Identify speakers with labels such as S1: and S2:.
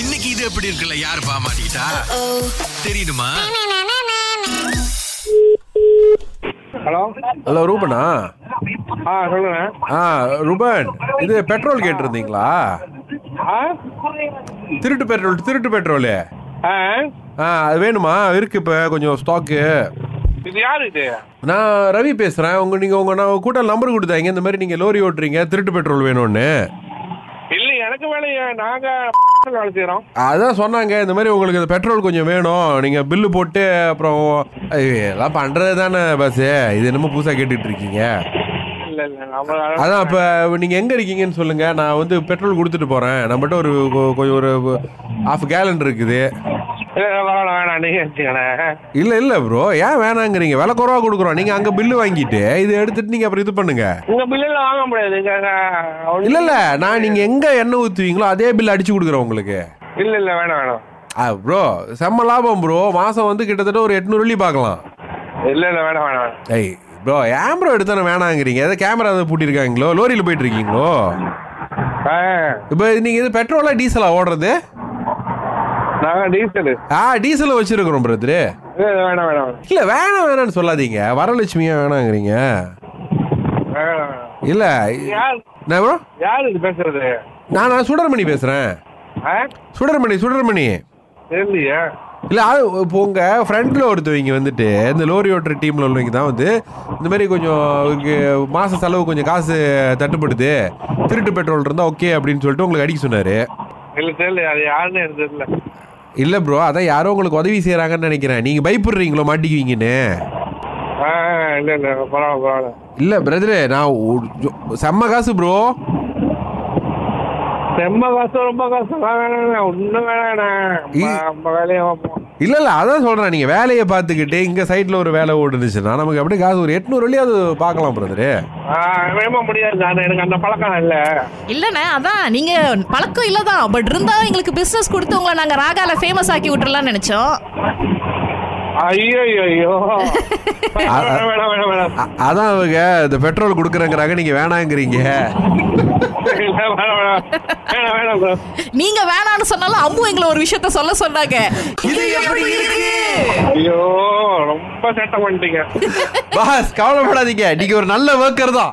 S1: இன்னைக்கு இது எப்படி இருக்குல்ல யார் பாமாட்டா தெரியுமா
S2: ஹலோ
S3: ஹலோ ரூபனா
S2: ஆ சொல்லுங்க
S3: ஆ ரூபன் இது பெட்ரோல் கேட்டிருந்தீங்களா
S2: ஆ
S3: திருட்டு பெட்ரோல் திருட்டு பெட்ரோலு
S2: ஆ
S3: ஆ அது வேணுமா இருக்கு இப்போ கொஞ்சம் ஸ்டாக்கு
S2: இது யாரு இது
S3: நான் ரவி பேசுகிறேன் உங்கள் நீங்கள் உங்கள் நான் கூட்ட நம்பர் கொடுத்தாங்க இந்த மாதிரி நீங்கள் லோரி ஓட்டுறீங்க திருட்டு பெட்ரோல் வேணும்னு
S2: இல்ல எனக்கு வேலையா நாங்க வேலை செய்யறோம்
S3: அதான் சொன்னாங்க இந்த மாதிரி உங்களுக்கு இந்த பெட்ரோல் கொஞ்சம் வேணும் நீங்கள் பில்லு போட்டு அப்புறம் ஐயோ, எல்லாம் பண்ணுறது தானே பஸ்ஸு இது என்னமோ புதுசாக கேட்டுட்டு இருக்கீங்க
S2: இல்ல இல்ல நம்ம
S3: அதான் இப்போ நீங்கள் எங்கே இருக்கீங்கன்னு சொல்லுங்கள் நான் வந்து பெட்ரோல் கொடுத்துட்டு போகிறேன் நம்மகிட்ட ஒரு கொ- கொஞ்சம் ஒரு ஹாஃப் கேலன் இருக்குது
S2: இல்ல, வேணாம் வேணாம் நீங்க வச்சுக்கணேன்
S3: இல்ல இல்ல ப்ரோ ஏன் வேணாங்கிறீங்க விலை குறவா கொடுக்குறோம் நீங்க அங்க பில்லு வாங்கிட்டு இது எடுத்துட்டு நீங்க அப்புறம் இது பண்ணுங்க
S2: உங்க பில்லுல வாங்க முடியாது இங்க, இங்க, அவனு-
S3: இல்ல இல்ல நான் நீங்க எங்க எண்ணெய் ஊத்துவீங்களோ அதே பில் அடிச்சு கொடுக்குறேன் உங்களுக்கு
S2: இல்ல இல்ல வேணாம் வேணாம்
S3: ப்ரோ செம்ம லாபம் ப்ரோ மாசம் வந்து கிட்டத்தட்ட ஒரு எட்நூறு வெள்ளி பார்க்கலாம்
S2: இல்ல இல்ல வேணாம் வேணாம் வேணாம்.
S3: ஐய் ப்ரோ ஏன் ப்ரோ எடுத்தானே வேணாங்கிறீங்க ஏதாவது கேமரா ஏதாவது பூட்டியிருக்காங்களோ லோரியில் போயிட்டு இருக்கீங்களோ
S2: ஆ,
S3: இப்போ நீங்க இது பெட்ரோலா டீசலா ஓடுறது
S2: நாங்க டீசல்
S3: ஆ டீசலை வச்சிருக்கிறோம் பிரதரு
S2: இல்ல இல்ல, வேணாம் வேணாம் வேணாம்.
S3: இல்ல வேணாம் வேணாம்னு சொல்லாதீங்க வரலட்சுமியா வேணாங்கிறீங்க
S2: வேணாம் வேணாம்
S3: இல்ல
S2: யார்
S3: என்ன ப்ரோ
S2: யார் இது பேசுறது
S3: நான் நான் சுடர்மணி பேசுறேன்
S2: ஆ
S3: சுடர்மணி சுடர்மணி
S2: தெரியலையா
S3: இல்ல அது இப்போ உங்க ஃப்ரெண்ட்ல ஒருத்தவங்க வந்துட்டு இந்த லோரி ஓட்டுற டீம்ல உள்ளவங்க தான் வந்து இந்த மாதிரி கொஞ்சம் இவருக்கு மாச செலவு கொஞ்சம் காசு தட்டுப்படுது திருட்டு பெட்ரோல் இருந்தா ஓகே அப்படின்னு சொல்லிட்டு உங்களுக்கு அடிக்க சொன்னாரு
S2: இல்ல தெரியல அது யாருன்னு எனக்கு தெரியல
S3: இல்ல ப்ரோ அதான் யாரோ உங்களுக்கு உதவி செய்றாங்கன்னு நினைக்கிறேன் நீங்க பயப்படுறீங்களோ மாட்டிக்குவீங்கன்னு
S2: ஆ இல்ல இல்ல பரவாயில்ல பரவாயில்ல
S3: இல்ல பிரதரு நான் ஒரு- ஜோ- செம்ம காசு ப்ரோ
S2: செம்ம கஷ்டம் ரொம்ப கஷ்டம் வேணாண்ணா ஒன்றும் வேணாண்ணா நம்ம வேலையை பார்ப்போம்
S3: இல்ல இல்ல அதான் சொல்றேன் நீங்க வேலையை பார்த்துக்கிட்டு இங்க சைட்ல ஒரு வேலை ஓடுனுச்சுன்னா நமக்கு அப்படியே காசு ஒரு எட்நூறு அது பார்க்கலாம் பிரதரு
S2: ஆ, வேணுமா முடியாது நான் எனக்கு அந்த பழக்கம் இல்ல
S4: இல்லண்ணே அதான் நீங்க பழக்கம் இல்லதான் பட் இருந்தா எங்களுக்கு பிசினஸ் கொடுத்து உங்களை நாங்க ராகால ஃபேமஸ் ஆக்கி விட்டுறலாம்னு நினைச்சோம்
S2: ஐயோ ஐயோ, ஐயோ வேணாம் வேணாம் வேணாம் வேணாம்
S3: அ- அதான் அவங்க இந்த பெட்ரோல் கொடுக்குறேங்கிறாங்க நீங்க வேணாங்கிறீங்க
S2: இல்ல, வேணாம் வேணாம் வேணாம் வேணாம் bro.
S4: நீங்க வேணாம்னு சொன்னாலும் அம்மு எங்களை ஒரு விஷயத்த சொல்ல சொன்னாங்க இது எப்படி இருக்கு
S2: ஐயோ ரொம்ப சேட்டை பண்ணிட்டீங்க
S3: பாஸ் கவலைப்படாதீங்க நீங்க ஒரு நல்ல ஒர்க்கர் தான்